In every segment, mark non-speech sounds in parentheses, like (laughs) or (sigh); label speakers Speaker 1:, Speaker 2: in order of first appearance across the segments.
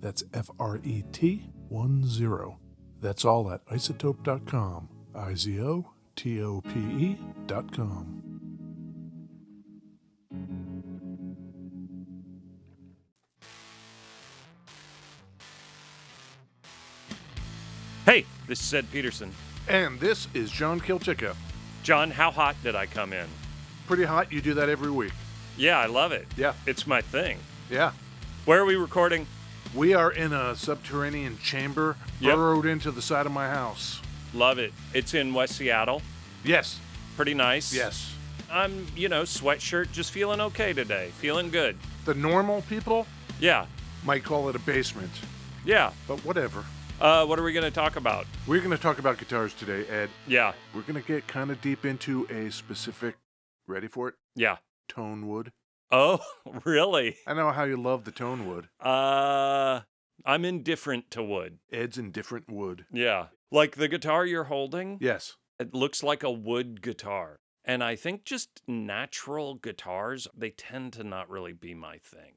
Speaker 1: That's F R E T 1 0. That's all at isotope.com. I Z O T O P E E.com.
Speaker 2: Hey, this is Ed Peterson.
Speaker 1: And this is John Kilchicka.
Speaker 2: John, how hot did I come in?
Speaker 1: Pretty hot. You do that every week.
Speaker 2: Yeah, I love it.
Speaker 1: Yeah.
Speaker 2: It's my thing.
Speaker 1: Yeah.
Speaker 2: Where are we recording?
Speaker 1: We are in a subterranean chamber
Speaker 2: Yep.
Speaker 1: burrowed into the side of my house.
Speaker 2: Love it. It's in West Seattle.
Speaker 1: Yes.
Speaker 2: Pretty nice.
Speaker 1: Yes.
Speaker 2: I'm, you know, sweatshirt, just feeling okay today. Feeling good.
Speaker 1: The normal people
Speaker 2: Yeah.
Speaker 1: might call it a basement,
Speaker 2: Yeah.
Speaker 1: but whatever.
Speaker 2: Uh, what are we going to talk about?
Speaker 1: We're going to talk about guitars today, Ed.
Speaker 2: Yeah.
Speaker 1: We're going to get kind of deep into a specific, ready for it,
Speaker 2: Yeah.
Speaker 1: tone wood.
Speaker 2: Oh, (laughs) really?
Speaker 1: I know how you love the tone wood.
Speaker 2: Uh, I'm indifferent to wood.
Speaker 1: Ed's indifferent wood.
Speaker 2: Yeah. Like the guitar you're holding,
Speaker 1: Yes.
Speaker 2: it looks like a wood guitar. And I think just natural guitars, they tend to not really be my thing.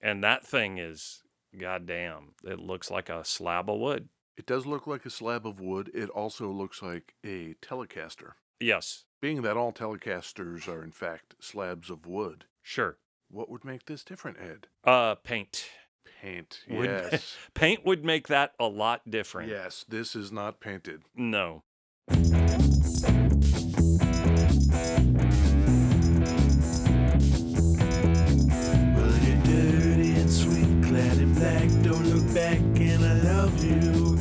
Speaker 2: And that thing is, goddamn, it looks like a slab of wood.
Speaker 1: It does look like a slab of wood. It also looks like a Telecaster.
Speaker 2: Yes,
Speaker 1: Being that all Telecasters are, in fact, slabs of wood,
Speaker 2: sure.
Speaker 1: what would make this different, Ed?
Speaker 2: Uh, paint.
Speaker 1: Paint.
Speaker 2: Wood.
Speaker 1: (laughs) Yes.
Speaker 2: Paint would make that a lot different.
Speaker 1: yes, this is not painted.
Speaker 2: No.
Speaker 3: Well, you're dirty and sweet, clad in black. Don't look back, and I love you.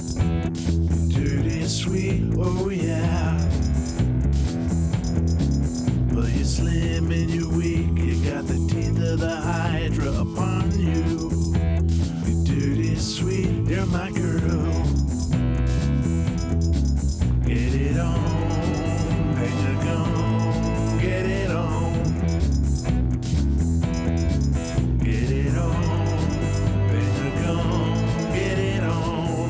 Speaker 3: Dirty and sweet, oh yeah. Well, you're slim and you're weak. You got the teeth of the Hydra upon you. You're dirty and sweet, you're my girl. Get it on, hang a gun, get it on. Get it on, better go, get it on.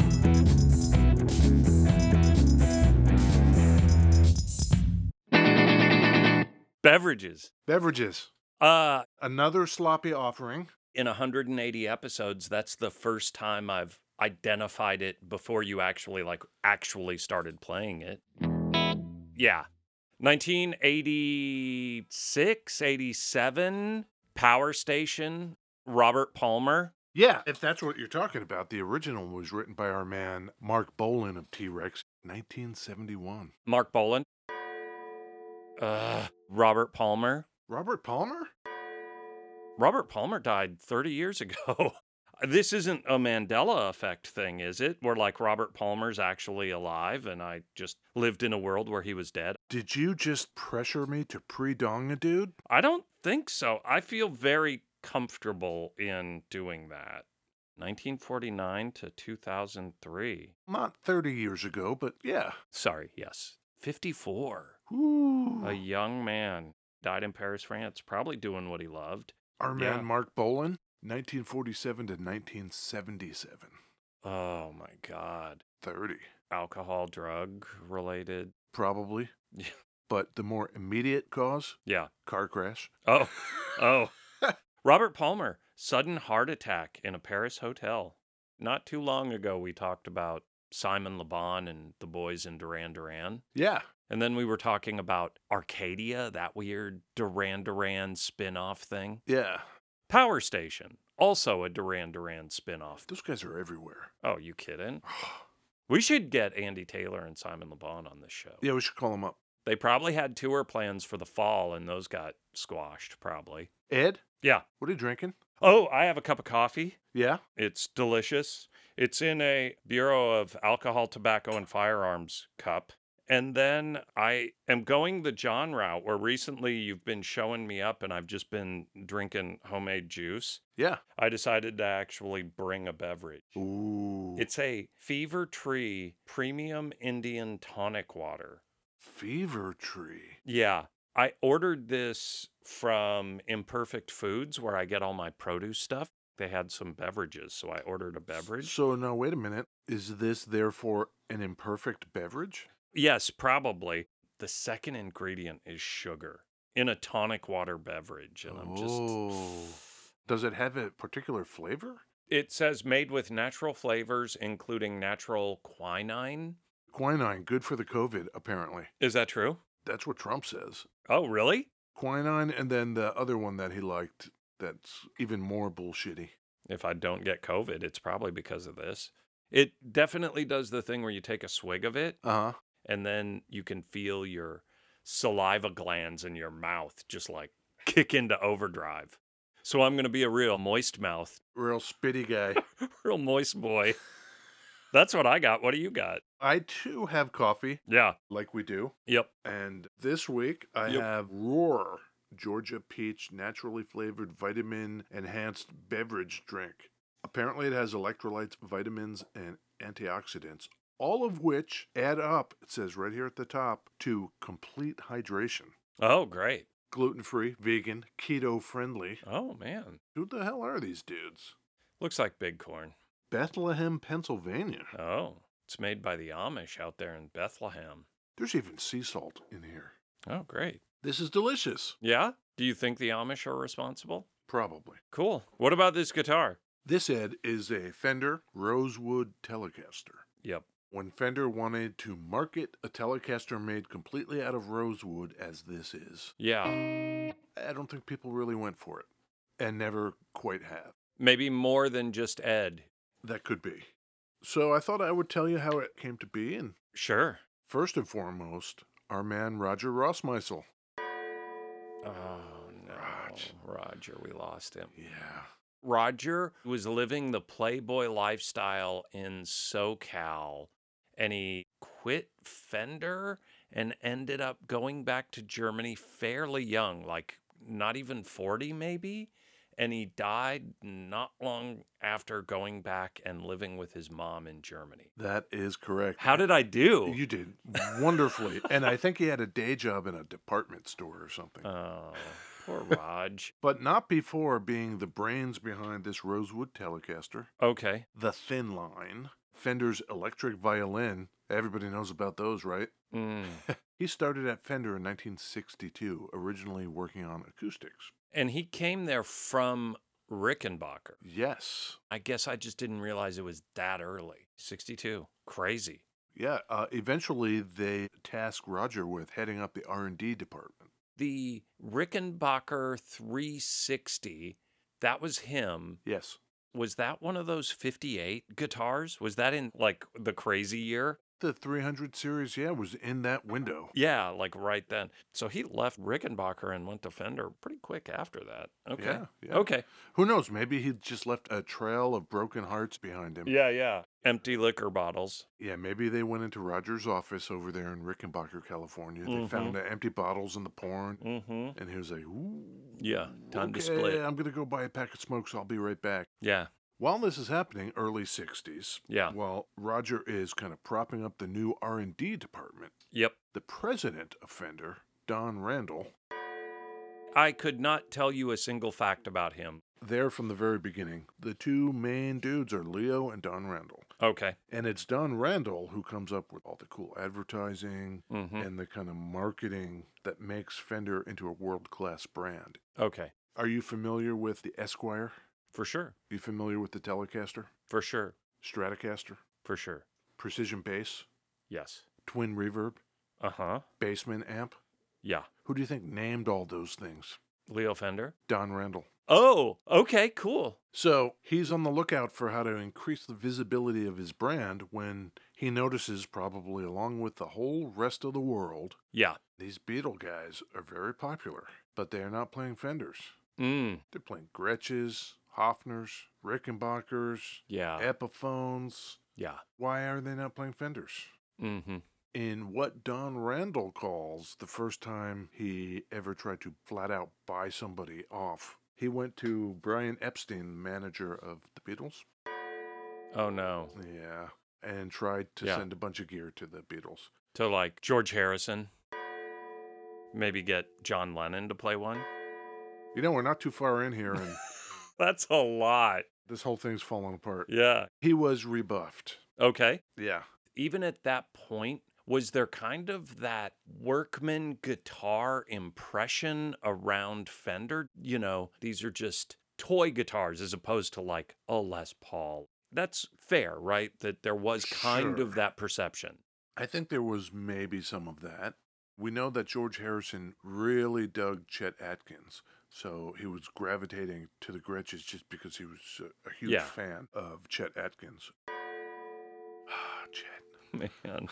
Speaker 2: Beverages.
Speaker 1: Beverages.
Speaker 2: Uh,
Speaker 1: Another sloppy offering.
Speaker 2: in 180 episodes, that's the first time I've identified it before you actually like actually started playing it. Yeah. 1986, 87, Power Station, Robert Palmer.
Speaker 1: Yeah, if that's what you're talking about, the original was written by our man Mark Bolin of T Rex, 1971.
Speaker 2: Mark Boland. Uh, Robert Palmer.
Speaker 1: Robert Palmer?
Speaker 2: Robert Palmer died 30 years ago. (laughs) This isn't a Mandela effect thing, is it? Where like Robert Palmer's actually alive and I just lived in a world where he was dead.
Speaker 1: Did you just pressure me to pre dong a dude?
Speaker 2: I don't think so. I feel very comfortable in doing that. 1949 to 2003.
Speaker 1: Not 30 years ago, but yeah.
Speaker 2: Sorry, yes. 54.
Speaker 1: Ooh.
Speaker 2: A young man died in Paris, France, probably doing what he loved.
Speaker 1: Our
Speaker 2: yeah.
Speaker 1: man Mark Bolin, 1947 to 1977.
Speaker 2: Oh my God.
Speaker 1: 30,
Speaker 2: Alcohol, drug related.
Speaker 1: probably.
Speaker 2: Yeah.
Speaker 1: But the more immediate cause,
Speaker 2: Yeah.
Speaker 1: car
Speaker 2: (laughs)
Speaker 1: crash.
Speaker 2: Oh, oh. Robert Palmer, sudden heart attack in a Paris hotel. Not too long ago, we talked about Simon LeBon and the boys in Duran Duran.
Speaker 1: Yeah.
Speaker 2: And then we were talking about Arcadia, that weird Duran Duran spin off thing.
Speaker 1: Yeah.
Speaker 2: Power Station, also a Duran Duran spin off.
Speaker 1: Those guys are everywhere. (sighs)
Speaker 2: Oh, you kidding? We should get Andy Taylor and Simon LeBon on this show.
Speaker 1: Yeah, we should call them up.
Speaker 2: They probably had tour plans for the fall and those got squashed, probably.
Speaker 1: Ed,
Speaker 2: Yeah.
Speaker 1: what are you drinking?
Speaker 2: Oh, I have a cup of coffee.
Speaker 1: Yeah.
Speaker 2: It's delicious. It's in a Bureau of Alcohol, Tobacco, and Firearms cup. And then I am going the John route where recently you've been showing me up and I've just been drinking homemade juice.
Speaker 1: Yeah.
Speaker 2: I decided to actually bring a beverage.
Speaker 1: Ooh.
Speaker 2: It's a Fever Tree Premium Indian Tonic Water.
Speaker 1: Fever Tree.
Speaker 2: Yeah. I ordered this from Imperfect Foods where I get all my produce stuff. They had some beverages, so I ordered a beverage.
Speaker 1: So now, wait a minute. Is this therefore an imperfect beverage?
Speaker 2: Yes, probably. The second ingredient is sugar in a tonic water beverage. And I'm just,
Speaker 1: oh. Does it have a particular flavor?
Speaker 2: it says made with natural flavors, including natural quinine.
Speaker 1: Quinine, good for the COVID, apparently.
Speaker 2: Is that true?
Speaker 1: That's what Trump says.
Speaker 2: Oh, really?
Speaker 1: Quinine, and then the other one that he liked that's even more bullshitty.
Speaker 2: If I don't get COVID, it's probably because of this. It definitely does the thing where you take a swig of it
Speaker 1: Uh huh.
Speaker 2: and then you can feel your saliva glands in your mouth just like kick into overdrive. So I'm going to be a real moist mouth
Speaker 1: Real spitty guy.
Speaker 2: (laughs) Real moist boy. That's what I got. What do you got?
Speaker 1: I too have coffee,
Speaker 2: Yeah.
Speaker 1: like we do.
Speaker 2: Yep.
Speaker 1: And this week I
Speaker 2: Yep.
Speaker 1: have Roar, Georgia peach naturally flavored vitamin enhanced beverage drink. Apparently it has electrolytes, vitamins, and antioxidants, all of which add up, it says right here at the top, to complete hydration.
Speaker 2: Oh, great.
Speaker 1: Gluten free, vegan, keto friendly.
Speaker 2: Oh, man.
Speaker 1: Who the hell are these dudes?
Speaker 2: Looks like big corn.
Speaker 1: Bethlehem, Pennsylvania.
Speaker 2: Oh, it's made by the Amish out there in Bethlehem.
Speaker 1: There's even sea salt in here.
Speaker 2: Oh, great.
Speaker 1: This is delicious.
Speaker 2: Yeah. Do you think the Amish are responsible?
Speaker 1: Probably.
Speaker 2: Cool. What about this guitar?
Speaker 1: This Ed is a Fender Rosewood Telecaster.
Speaker 2: Yep.
Speaker 1: When Fender wanted to market a Telecaster made completely out of rosewood, as this is,
Speaker 2: Yeah.
Speaker 1: I don't think people really went for it and never quite have.
Speaker 2: Maybe more than just Ed.
Speaker 1: That could be. So I thought I would tell you how it came to be. And
Speaker 2: Sure.
Speaker 1: first and foremost, our man Roger Rossmeisel.
Speaker 2: Oh, no.
Speaker 1: Rog.
Speaker 2: Roger, we lost him.
Speaker 1: Yeah.
Speaker 2: Roger was living the Playboy lifestyle in SoCal and he quit Fender and ended up going back to Germany fairly young, like not even 40 maybe. And he died not long after going back and living with his mom in Germany.
Speaker 1: That is correct.
Speaker 2: How did I do?
Speaker 1: you did
Speaker 2: (laughs)
Speaker 1: wonderfully. and I think he had a day job in a department store or something.
Speaker 2: oh, poor Raj.
Speaker 1: but not before being the brains behind this Rosewood Telecaster,
Speaker 2: Okay.
Speaker 1: the Thin Line, Fender's electric violin. Everybody knows about those, right?
Speaker 2: Mm.
Speaker 1: He started at Fender in 1962, originally working on acoustics.
Speaker 2: And he came there from Rickenbacker.
Speaker 1: Yes.
Speaker 2: I guess I just didn't realize it was that early. 62. Crazy.
Speaker 1: Yeah, uh, eventually they tasked Roger with heading up the R&D department.
Speaker 2: The Rickenbacker 360, that was him.
Speaker 1: Yes.
Speaker 2: Was that one of those 58 guitars? Was that in like the crazy year?
Speaker 1: The 300 series, yeah, was in that window.
Speaker 2: Yeah, like right then. So he left Rickenbacker and went to Fender pretty quick after that. Okay.
Speaker 1: Yeah, yeah.
Speaker 2: Okay.
Speaker 1: Who knows? Maybe he just left a trail of broken hearts behind him.
Speaker 2: Yeah, yeah. Empty liquor bottles.
Speaker 1: Yeah, maybe they went into Roger's office over there in Rickenbacker, California. They found the empty bottles and the porn.
Speaker 2: Mm-hmm.
Speaker 1: And he was like, ooh.
Speaker 2: Yeah. Time
Speaker 1: okay,
Speaker 2: to split.
Speaker 1: I'm going to go buy a pack of smokes. I'll be right back.
Speaker 2: Yeah.
Speaker 1: While this is happening, early 60s,
Speaker 2: Yeah.
Speaker 1: while Roger is kind of propping up the new R&D department,
Speaker 2: Yep.
Speaker 1: the president of Fender, Don Randall,
Speaker 2: I could not tell you a single fact about him.
Speaker 1: there from the very beginning, the two main dudes are Leo and Don Randall.
Speaker 2: Okay.
Speaker 1: And it's Don Randall who comes up with all the cool advertising
Speaker 2: hmm
Speaker 1: and the kind of marketing that makes Fender into a world class brand.
Speaker 2: Okay.
Speaker 1: Are you familiar with the Esquire?
Speaker 2: For sure.
Speaker 1: Are you familiar with the Telecaster,
Speaker 2: For sure.
Speaker 1: Stratocaster,
Speaker 2: For sure.
Speaker 1: Precision Bass,
Speaker 2: Yes.
Speaker 1: Twin Reverb,
Speaker 2: Uh huh.
Speaker 1: Bassman Amp?
Speaker 2: Yeah.
Speaker 1: Who do you think named all those things?
Speaker 2: Leo Fender.
Speaker 1: Don Randall.
Speaker 2: Oh, okay, cool.
Speaker 1: So he's on the lookout for how to increase the visibility of his brand when he notices, probably along with the whole rest of the world,
Speaker 2: Yeah.
Speaker 1: these Beatle guys are very popular, but they are not playing Fenders.
Speaker 2: Mm.
Speaker 1: They're playing Gretches, Hofners, Rickenbackers,
Speaker 2: Yeah.
Speaker 1: Eh. Epiphones.
Speaker 2: Yeah.
Speaker 1: Why are they not playing Fenders?
Speaker 2: Mm-hmm.
Speaker 1: In what Don Randall calls the first time he ever tried to flat out buy somebody off, he went to Brian Epstein, manager of the Beatles.
Speaker 2: Oh no.
Speaker 1: Yeah. And tried to
Speaker 2: Yeah.
Speaker 1: send a bunch of gear to the Beatles.
Speaker 2: To like George Harrison. Maybe get John Lennon to play one.
Speaker 1: You know, we're not too far in here,
Speaker 2: (laughs)
Speaker 1: and
Speaker 2: That's a lot.
Speaker 1: this whole thing's falling apart.
Speaker 2: Yeah.
Speaker 1: He was rebuffed.
Speaker 2: Okay.
Speaker 1: Yeah.
Speaker 2: Even at that point, was there kind of that workman guitar impression around Fender? You know, these are just toy guitars as opposed to like a Les Paul. That's fair, right? That there was kind
Speaker 1: Sure.
Speaker 2: of that perception. (laughs)
Speaker 1: I think there was maybe some of that. We know that George Harrison really dug Chet Atkins. So he was gravitating to the Gretches just because he was a, a huge
Speaker 2: Yeah.
Speaker 1: fan of Chet Atkins. (sighs) Ah, Chet.
Speaker 2: Man.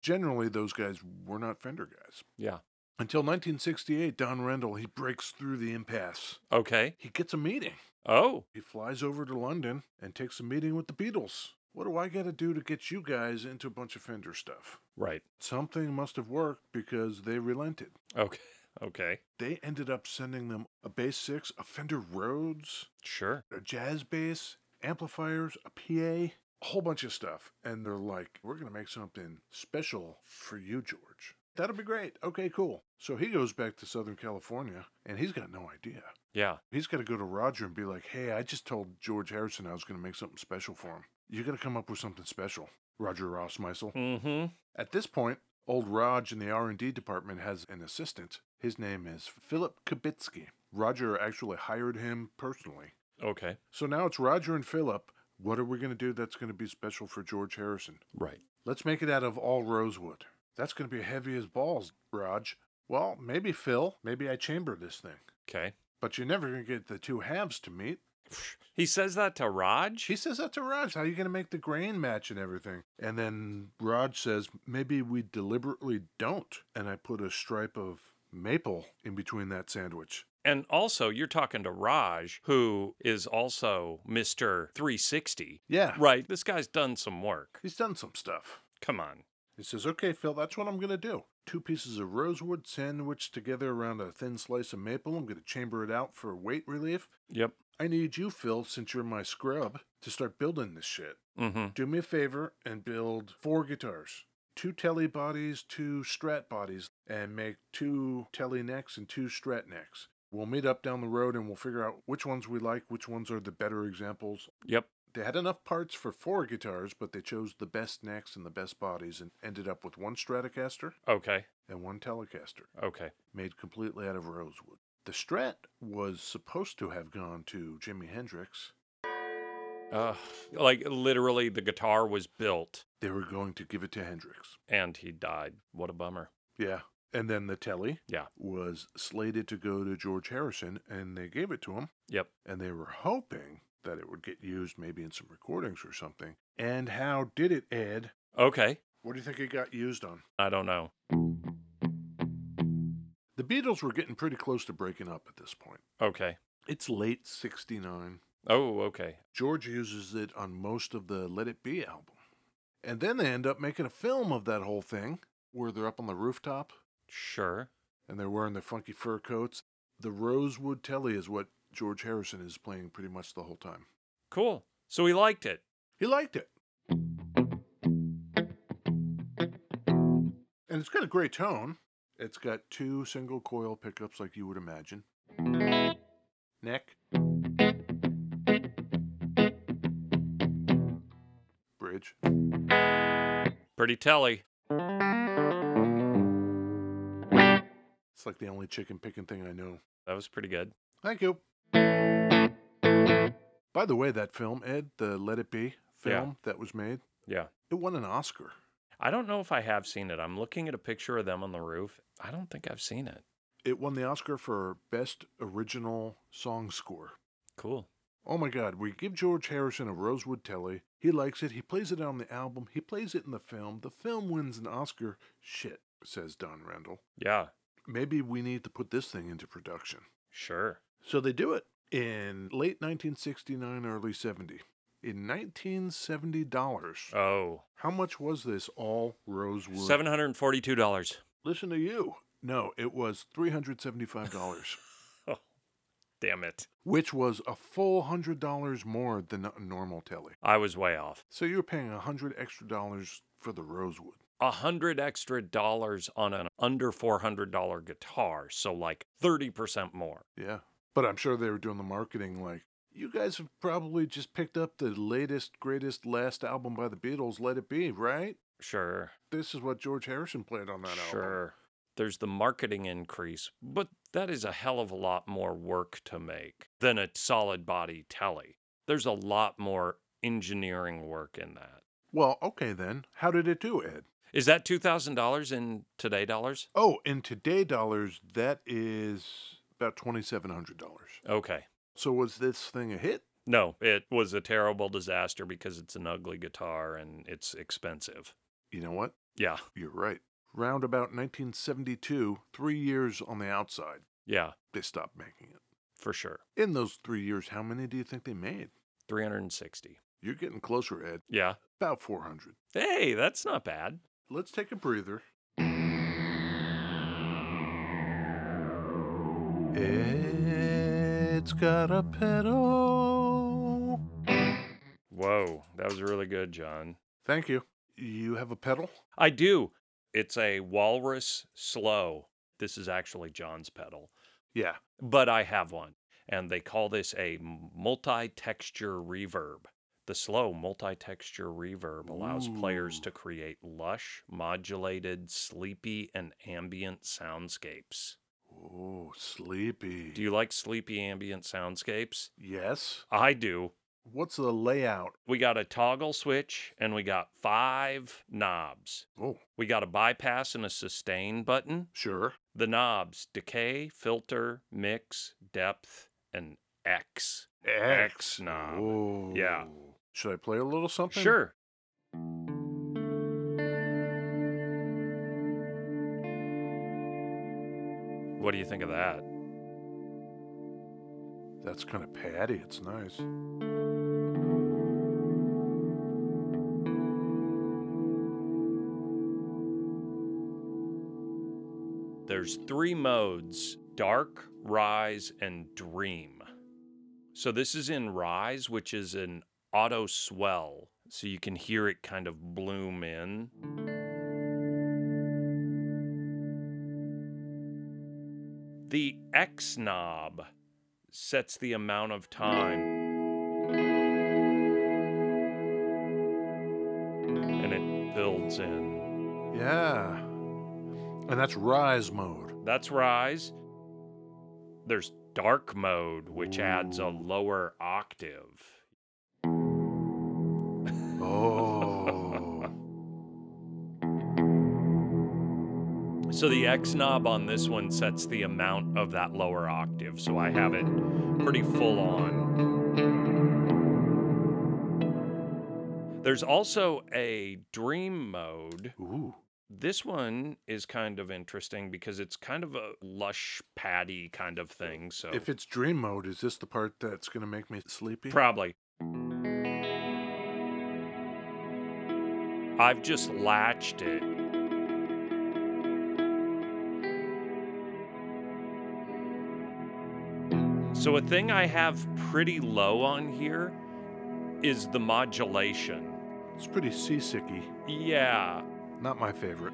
Speaker 1: Generally, those guys were not Fender guys.
Speaker 2: Yeah.
Speaker 1: Until 1968, Don Rendell, he breaks through the impasse.
Speaker 2: Okay.
Speaker 1: He gets a meeting.
Speaker 2: Oh,
Speaker 1: He flies over to London and takes a meeting with the Beatles. What do I got to do to get you guys into a bunch of Fender stuff?
Speaker 2: right.
Speaker 1: Something must have worked because they relented.
Speaker 2: Okay. Okay.
Speaker 1: They ended up sending them a bass six, a Fender Rhodes,
Speaker 2: Sure.
Speaker 1: a jazz bass, amplifiers, a PA, a whole bunch of stuff. And they're like, we're going to make something special for you, George. That'll be great. Okay, cool. So he goes back to Southern California and he's got no idea.
Speaker 2: Yeah.
Speaker 1: He's got to go to Roger and be like, hey, I just told George Harrison I was going to make something special for him. You got to come up with something special, Roger Ross Meisel.
Speaker 2: Mm-hmm.
Speaker 1: At this point, old Raj in the R&D department has an assistant. His name is Philip Kibitsky. Roger actually hired him personally.
Speaker 2: Okay.
Speaker 1: So now it's Roger and Philip. What are we going to do that's going to be special for George Harrison?
Speaker 2: Right.
Speaker 1: Let's make it out of all rosewood. That's going to be heavy as balls, Raj. Well, maybe Phil. Maybe I chamber this thing.
Speaker 2: Okay.
Speaker 1: But you're never going to get the two halves to meet.
Speaker 2: He says that to Raj.
Speaker 1: She says that to Raj. How are you going to make the grain match and everything? And then Raj says, maybe we deliberately don't. And I put a stripe of maple in between that sandwich.
Speaker 2: And also, you're talking to Raj, who is also Mr. 360.
Speaker 1: Yeah.
Speaker 2: Right. This guy's done some work.
Speaker 1: He's done some stuff.
Speaker 2: Come on.
Speaker 1: He says, okay, Phil, that's what I'm going to do. Two pieces of rosewood sandwiched together around a thin slice of maple. I'm going to chamber it out for weight relief.
Speaker 2: Yep.
Speaker 1: I need you, Phil, since you're my scrub, to start building this shit.
Speaker 2: Mm-hmm.
Speaker 1: Do me a favor and build four guitars two telly bodies, two strat bodies, and make two telly necks and two strat necks. We'll meet up down the road and we'll figure out which ones we like, which ones are the better examples.
Speaker 2: Yep.
Speaker 1: They had enough parts for four guitars, but they chose the best necks and the best bodies and ended up with one Stratocaster
Speaker 2: Okay.
Speaker 1: and one Telecaster,
Speaker 2: Okay.
Speaker 1: made completely out of rosewood. The Strat was supposed to have gone to Jimi Hendrix.
Speaker 2: Uh, like literally, the guitar was built
Speaker 1: They were going to give it to Hendrix.
Speaker 2: and he died. What a bummer.
Speaker 1: Yeah. And then the telly
Speaker 2: Yeah.
Speaker 1: was slated to go to George Harrison, and they gave it to him.
Speaker 2: Yep.
Speaker 1: And they were hoping that it would get used maybe in some recordings or something. And how did it, Ed?
Speaker 2: Okay.
Speaker 1: What do you think it got used on?
Speaker 2: I don't know.
Speaker 1: The Beatles were getting pretty close to breaking up at this point.
Speaker 2: Okay.
Speaker 1: It's late 69.
Speaker 2: Oh, okay.
Speaker 1: George uses it on most of the Let It Be album. And then they end up making a film of that whole thing where they're up on the rooftop
Speaker 2: Sure.
Speaker 1: and they're wearing their funky fur coats. The Rosewood Telly is what George Harrison is playing pretty much the whole time.
Speaker 2: Cool. So he liked it.
Speaker 1: He liked it. And it's got a great tone. It's got two single coil pickups like you would imagine. Neck. beverage.
Speaker 2: Pretty telly.
Speaker 1: It's like the only chicken picking thing I know.
Speaker 2: That was pretty good.
Speaker 1: Thank you. By the way, that film, Ed, the Let It Be film that was made,
Speaker 2: Yeah.
Speaker 1: it won an Oscar.
Speaker 2: I don't know if I have seen it. I'm looking at a picture of them on the roof. I don't think I've seen it.
Speaker 1: It won the Oscar for Best Original Song Score.
Speaker 2: Cool.
Speaker 1: Oh my God, we give George Harrison a Rosewood Telly. He likes it. He plays it on the album. He plays it in the film. The film wins an Oscar. Shit, says Don Randall.
Speaker 2: Yeah,
Speaker 1: Maybe we need to put this thing into production.
Speaker 2: sure.
Speaker 1: So they do it in late 1969, early 70. In 1970 dollars,
Speaker 2: Oh,
Speaker 1: how much was this all Rosewood?
Speaker 2: $742.
Speaker 1: Listen to you. No, it was $375,
Speaker 2: Oh, damn it.
Speaker 1: which was a full $100 more than a normal telly.
Speaker 2: I was way off.
Speaker 1: So you're paying a 100 extra dollars for the Rosewood.
Speaker 2: A hundred extra dollars on an under $400 guitar. So, like 30% more.
Speaker 1: Yeah. But I'm sure they were doing the marketing like, you guys have probably just picked up the latest, greatest, last album by the Beatles, Let It Be, right?
Speaker 2: Sure.
Speaker 1: This is what George Harrison played on that album.
Speaker 2: sure. There's the marketing increase, but that is a hell of a lot more work to make than a solid body telly. There's a lot more engineering work in that.
Speaker 1: Well, okay then. How did it do, Ed?
Speaker 2: Is that $2,000 in today dollars?
Speaker 1: Oh, in today dollars, that is about twenty-seven hundred dollars.
Speaker 2: Okay.
Speaker 1: So was this thing a hit?
Speaker 2: No, it was a terrible disaster because it's an ugly guitar and it's expensive.
Speaker 1: You know what?
Speaker 2: Yeah.
Speaker 1: You're right. Round about 1972, three years on the outside,
Speaker 2: Yeah,
Speaker 1: they stopped making it.
Speaker 2: for sure.
Speaker 1: In those three years, how many do you think they made?
Speaker 2: 360.
Speaker 1: You're getting closer, Ed.
Speaker 2: Yeah.
Speaker 1: About 400.
Speaker 2: Hey, that's not bad.
Speaker 1: Let's take a breather. It's got a pedal.
Speaker 2: Whoa, that was really good, John.
Speaker 1: Thank you. You have a pedal?
Speaker 2: I do. It's a Walrus Slow. This is actually John's pedal,
Speaker 1: Yeah.
Speaker 2: but I have one. And they call this a multi texture reverb. The slow multi texture reverb allows players
Speaker 1: Ooh.
Speaker 2: to create lush, modulated, sleepy, and ambient soundscapes.
Speaker 1: Oh, sleepy.
Speaker 2: Do you like sleepy ambient soundscapes?
Speaker 1: yes.
Speaker 2: I do.
Speaker 1: What's the layout?
Speaker 2: We got a toggle switch and we got five knobs.
Speaker 1: Oh,
Speaker 2: We got a bypass and a sustain button.
Speaker 1: sure.
Speaker 2: The knobs decay, filter, mix, depth, and X. X knob.
Speaker 1: Oh.
Speaker 2: Yeah.
Speaker 1: Should I play a little something?
Speaker 2: Sure. What do you think of that?
Speaker 1: That's kind of patty. It's nice.
Speaker 2: There's three modes dark, rise, and dream. So this is in rise, which is an auto swell. So you can hear it kind of bloom in. The X knob sets the amount of time. And it builds in.
Speaker 1: Yeah. And that's rise mode.
Speaker 2: That's rise. There's dark mode, which adds a lower octave.
Speaker 1: Oh.
Speaker 2: (laughs) So the X knob on this one sets the amount of that lower octave. So I have it pretty full on. There's also a dream mode.
Speaker 1: Ooh.
Speaker 2: This one is kind of interesting because it's kind of a lush patty kind of thing. So
Speaker 1: If it's dream mode, is this the part that's going to make me sleepy?
Speaker 2: Probably. I've just latched it. So, a thing I have pretty low on here is the modulation.
Speaker 1: it's pretty seasicky.
Speaker 2: Yeah,
Speaker 1: Not my favorite.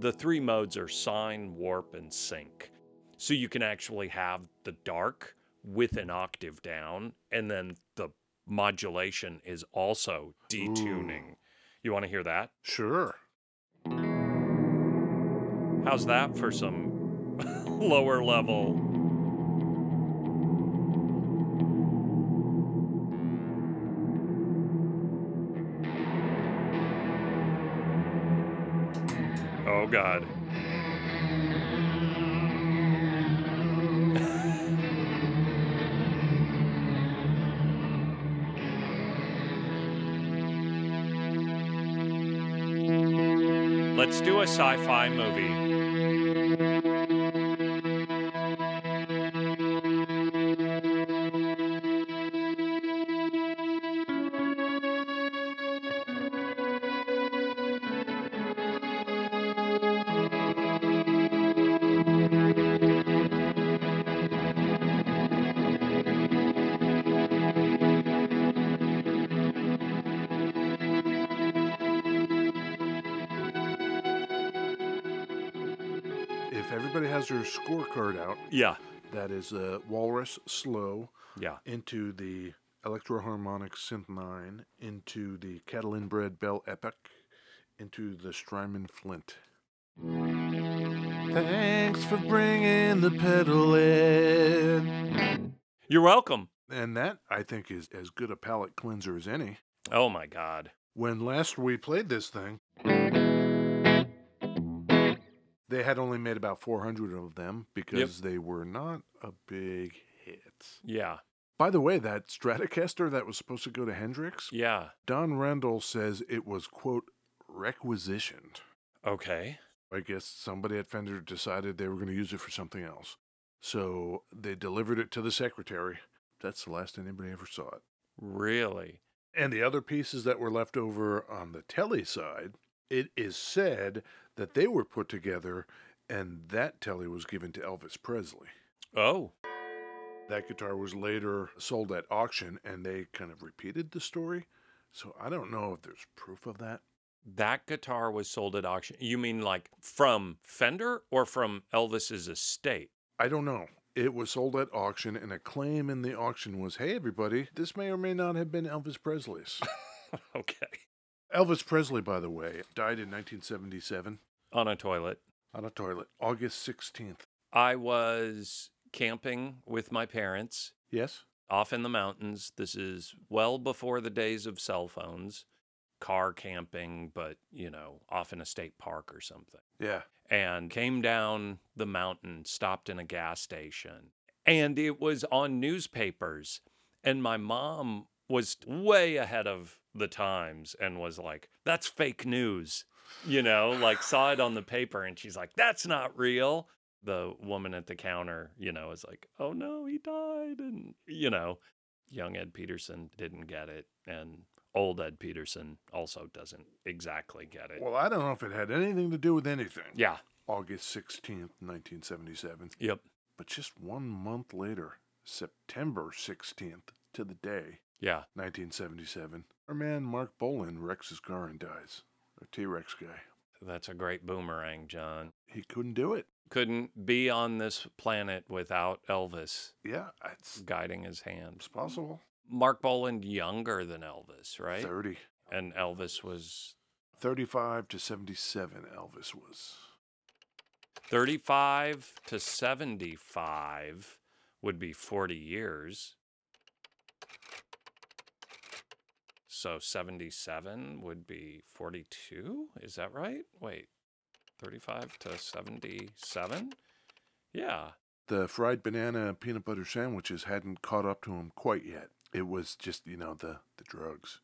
Speaker 2: the three modes are sine, warp, and sync. So, you can actually have the dark with an octave down and then the modulation is also detuning. You want to hear that?
Speaker 1: Sure.
Speaker 2: How's that for some (laughs) lower level? Oh, God. (laughs) Let's do a sci fi movie.
Speaker 1: If everybody has their scorecard out,
Speaker 2: Yeah.
Speaker 1: that is uh, Walrus Slow
Speaker 2: Yeah.
Speaker 1: into the Electroharmonic Synth 9, into the Catalan Bread Bell Epic, into the Strymon Flint. Thanks for bringing the pedal in.
Speaker 2: You're welcome.
Speaker 1: And that, I think, is as good a palate cleanser as any.
Speaker 2: Oh, my God.
Speaker 1: When last we played this thing, they had only made about 400 of them because they were not a big hit.
Speaker 2: Yeah.
Speaker 1: By the way, that Stratocaster that was supposed to go to Hendrix,
Speaker 2: Yeah.
Speaker 1: Don Randall says it was, quote, requisitioned.
Speaker 2: Okay.
Speaker 1: I guess somebody at Fender decided they were going to use it for something else. So they delivered it to the secretary. That's the last anybody ever saw it.
Speaker 2: Really?
Speaker 1: And the other pieces that were left over on the telly side, it is said that they were put together and that telly was given to Elvis Presley.
Speaker 2: Oh.
Speaker 1: That guitar was later sold at auction and they kind of repeated the story. So I don't know if there's proof of that.
Speaker 2: That guitar was sold at auction. You mean like from Fender or from Elvis's estate? (laughs)
Speaker 1: I don't know. It was sold at auction and a claim in the auction was hey, everybody, this may or may not have been Elvis Presley's.
Speaker 2: okay.
Speaker 1: Elvis Presley, by the way, died in 1977
Speaker 2: On a toilet.
Speaker 1: on a toilet, August 16th.
Speaker 2: I was camping with my parents
Speaker 1: Yes?
Speaker 2: off in the mountains. This is well before the days of cell phones, car camping, but, you know, off in a state park or something.
Speaker 1: Yeah.
Speaker 2: and came down the mountain, stopped in a gas station. And it was on newspapers. And my mom was way ahead of the times and was like, that's fake news. You know, like saw it on the paper and she's like, that's not real. The woman at the counter, you know, is like, oh no, he died. And, you know, young Ed Peterson didn't get it. And old Ed Peterson also doesn't exactly get it.
Speaker 1: Well, I don't know if it had anything to do with anything.
Speaker 2: Yeah.
Speaker 1: August 16th, 1977.
Speaker 2: Yep.
Speaker 1: But just one month later, September 16th, to the day,
Speaker 2: Yeah.
Speaker 1: 1977, our man Mark Bolin wrecks his car and dies. A T Rex guy.
Speaker 2: That's a great boomerang, John.
Speaker 1: He couldn't do it.
Speaker 2: Couldn't be on this planet without Elvis
Speaker 1: Yeah, it's,
Speaker 2: guiding his hand.
Speaker 1: it's possible.
Speaker 2: Mark Boland younger than Elvis, right?
Speaker 1: 30.
Speaker 2: And Elvis was
Speaker 1: 35 to 77, Elvis was.
Speaker 2: 35 to 75 would be 40 years. So 77 would be 42? Is that right? Wait. 35 to 77? Yeah.
Speaker 1: The fried banana and peanut butter sandwiches hadn't caught up to him quite yet. It was just, you know, the, the drugs.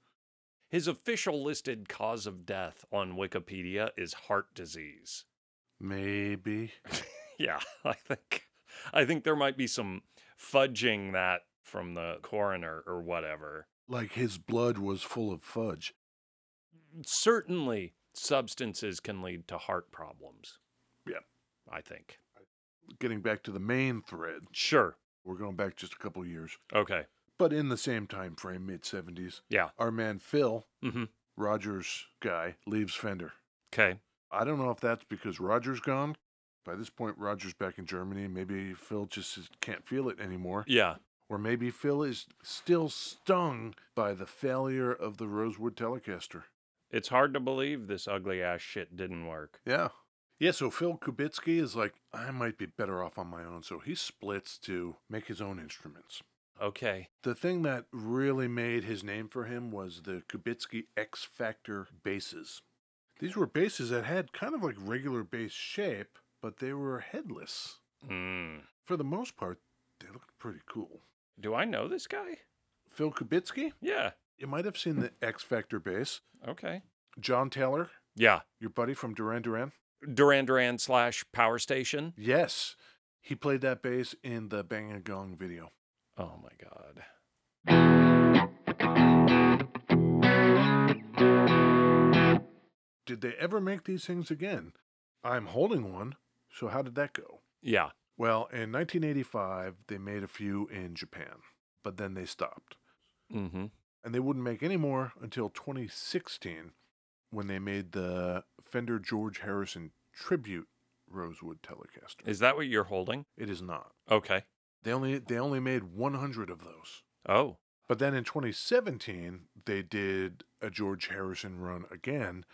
Speaker 2: His official listed cause of death on Wikipedia is heart disease. (laughs)
Speaker 1: Maybe.
Speaker 2: Yeah, I think I think there might be some fudging that from the coroner or whatever.
Speaker 1: Like his blood was full of fudge.
Speaker 2: Certainly substances can lead to heart problems.
Speaker 1: Yeah.
Speaker 2: I think.
Speaker 1: Getting back to the main thread,
Speaker 2: Sure.
Speaker 1: we're going back just a couple years,
Speaker 2: Okay.
Speaker 1: but in the same time frame, mid 70s,
Speaker 2: Yeah.
Speaker 1: our man Phil,
Speaker 2: Mhm.
Speaker 1: Rogers guy, leaves Fender.
Speaker 2: Okay.
Speaker 1: I don't know if that's because Rogers gone. By this point, Rogers back in Germany. Maybe Phil just is- can't feel it anymore,
Speaker 2: Yeah.
Speaker 1: Or maybe Phil is still stung by the failure of the Rosewood Telecaster.
Speaker 2: It's hard to believe this ugly ass shit didn't work.
Speaker 1: Yeah. Yeah, so Phil Kubitsky is like, I might be better off on my own. So he splits to make his own instruments.
Speaker 2: Okay.
Speaker 1: The thing that really made his name for him was the Kubitsky X Factor basses. These were basses that had kind of like regular bass shape, but they were headless.
Speaker 2: Mm.
Speaker 1: For the most part, they looked pretty cool.
Speaker 2: Do I know this guy?
Speaker 1: Phil Kubitsky,
Speaker 2: Yeah.
Speaker 1: you might have seen the X Factor bass.
Speaker 2: Okay.
Speaker 1: John Taylor,
Speaker 2: Yeah.
Speaker 1: your buddy from Duran Duran.
Speaker 2: Duran Duran slash Power Station.
Speaker 1: Yes, he played that bass in the Bang and Gong video.
Speaker 2: Oh my God.
Speaker 1: Did they ever make these things again? I'm holding one. So how did that go?
Speaker 2: Yeah.
Speaker 1: Well, in 1985, they made a few in Japan, but then they stopped.
Speaker 2: Mm-hmm.
Speaker 1: And they wouldn't make any more until 2016 when they made the Fender George Harrison tribute Rosewood Telecaster.
Speaker 2: Is that what you're holding?
Speaker 1: It is not.
Speaker 2: Okay.
Speaker 1: They only they only made 100 of those.
Speaker 2: Oh.
Speaker 1: But then in 2017, they did a George Harrison run again,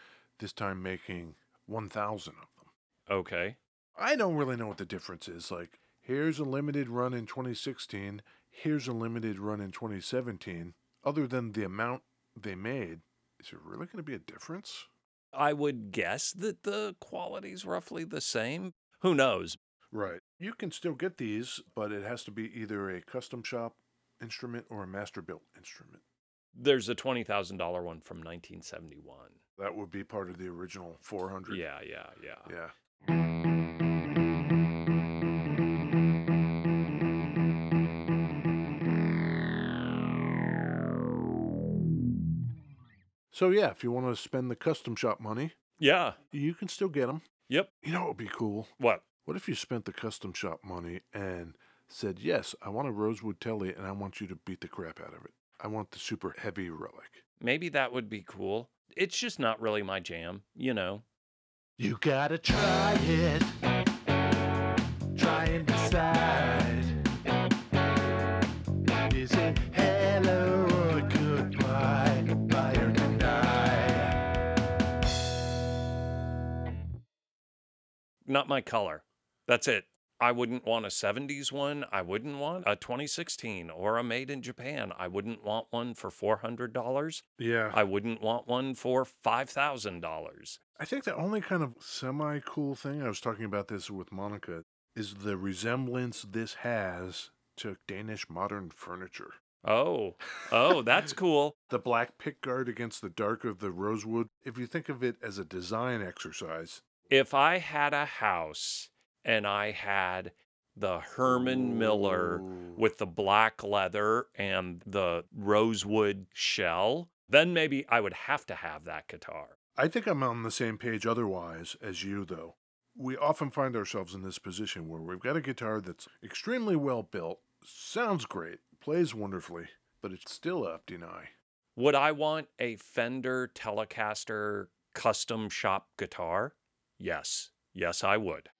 Speaker 1: this time making 1,000 of them.
Speaker 2: Okay.
Speaker 1: I don't really know what the difference is. Like, here's a limited run in 2016, here's a limited run in 2017. Other than the amount they made, is there really going to be a difference?
Speaker 2: I would guess that the quality's roughly the same. Who knows?
Speaker 1: Right. You can still get these, but it has to be either a custom shop instrument or a master built instrument.
Speaker 2: There's a twenty thousand dollar one from nineteen seventy one.
Speaker 1: That would be part of the original 400.
Speaker 2: Yeah, yeah, yeah.
Speaker 1: Yeah. So yeah, if you want to spend the custom shop money,
Speaker 2: Yeah.
Speaker 1: you can still get them.
Speaker 2: Yep.
Speaker 1: You know what would be cool?
Speaker 2: What?
Speaker 1: What if you spent the custom shop money and said, "Yes, I want a rosewood telly, and I want you to beat the crap out of it. I want the super heavy relic."
Speaker 2: Maybe that would be cool. It's just not really my jam, you know.
Speaker 3: You gotta try it. Try and decide. Is it hello or goodbye? Buy or deny?
Speaker 2: Not my color. That's it. I wouldn't want a 70s one. I wouldn't want a 2016 or a made in Japan. I wouldn't want one for $400.
Speaker 1: Yeah.
Speaker 2: I wouldn't want one for $5,000.
Speaker 1: I think the only kind of semi cool thing I was talking about this with Monica is the resemblance this has to Danish modern furniture.
Speaker 2: Oh, oh, that's cool.
Speaker 1: The black pickguard against the dark of the rosewood. If you think of it as a design exercise,
Speaker 2: If I had a house and I had the Herman Miller
Speaker 1: Ooh.
Speaker 2: with the black leather and the rosewood shell, then maybe I would have to have that guitar.
Speaker 1: I think I'm on the same page otherwise as you, though. We often find ourselves in this position where we've got a guitar that's extremely well built, sounds great, plays wonderfully, but it's still up deny.
Speaker 2: Would I want a Fender Telecaster custom shop guitar? Yes. Yes, I would.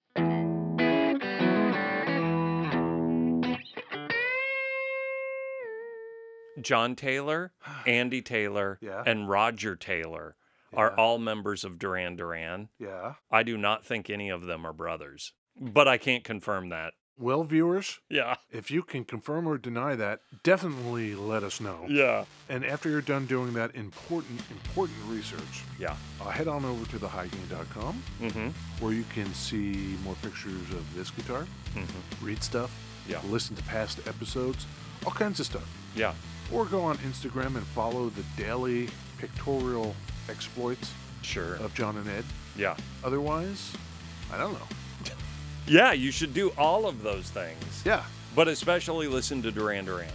Speaker 1: (sighs)
Speaker 2: John Taylor, Andy Taylor,
Speaker 1: Yeah.
Speaker 2: and Roger Taylor are
Speaker 1: Yeah.
Speaker 2: all members of Duran Duran.
Speaker 1: Yeah.
Speaker 2: I do not think any of them are brothers, but I can't confirm that.
Speaker 1: Well, viewers,
Speaker 2: Yeah.
Speaker 1: If you can confirm or deny that, definitely let us know.
Speaker 2: Yeah.
Speaker 1: And after you're done doing that important, important research,
Speaker 2: Yeah.
Speaker 1: uh, head on over to thehighgain.com
Speaker 2: Mm-hmm.
Speaker 1: where you can see more pictures of this guitar,
Speaker 2: Mhm.
Speaker 1: read stuff,
Speaker 2: Yeah.
Speaker 1: listen to past episodes, all kinds of stuff.
Speaker 2: Yeah.
Speaker 1: Or go on Instagram and follow the daily pictorial exploits
Speaker 2: Sure.
Speaker 1: of John and Ed.
Speaker 2: Yeah.
Speaker 1: Otherwise, I don't know.
Speaker 2: Yeah, you should do all of those things.
Speaker 1: Yeah,
Speaker 2: But especially listen to Duran Duran.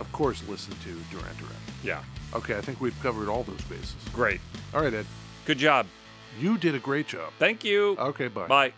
Speaker 1: of course, listen to Duran Duran.
Speaker 2: Yeah.
Speaker 1: Okay, I think we've covered all those bases.
Speaker 2: Great.
Speaker 1: All right, Ed.
Speaker 2: Good job.
Speaker 1: You did a great job.
Speaker 2: Thank you.
Speaker 1: Okay, bye.
Speaker 2: Bye.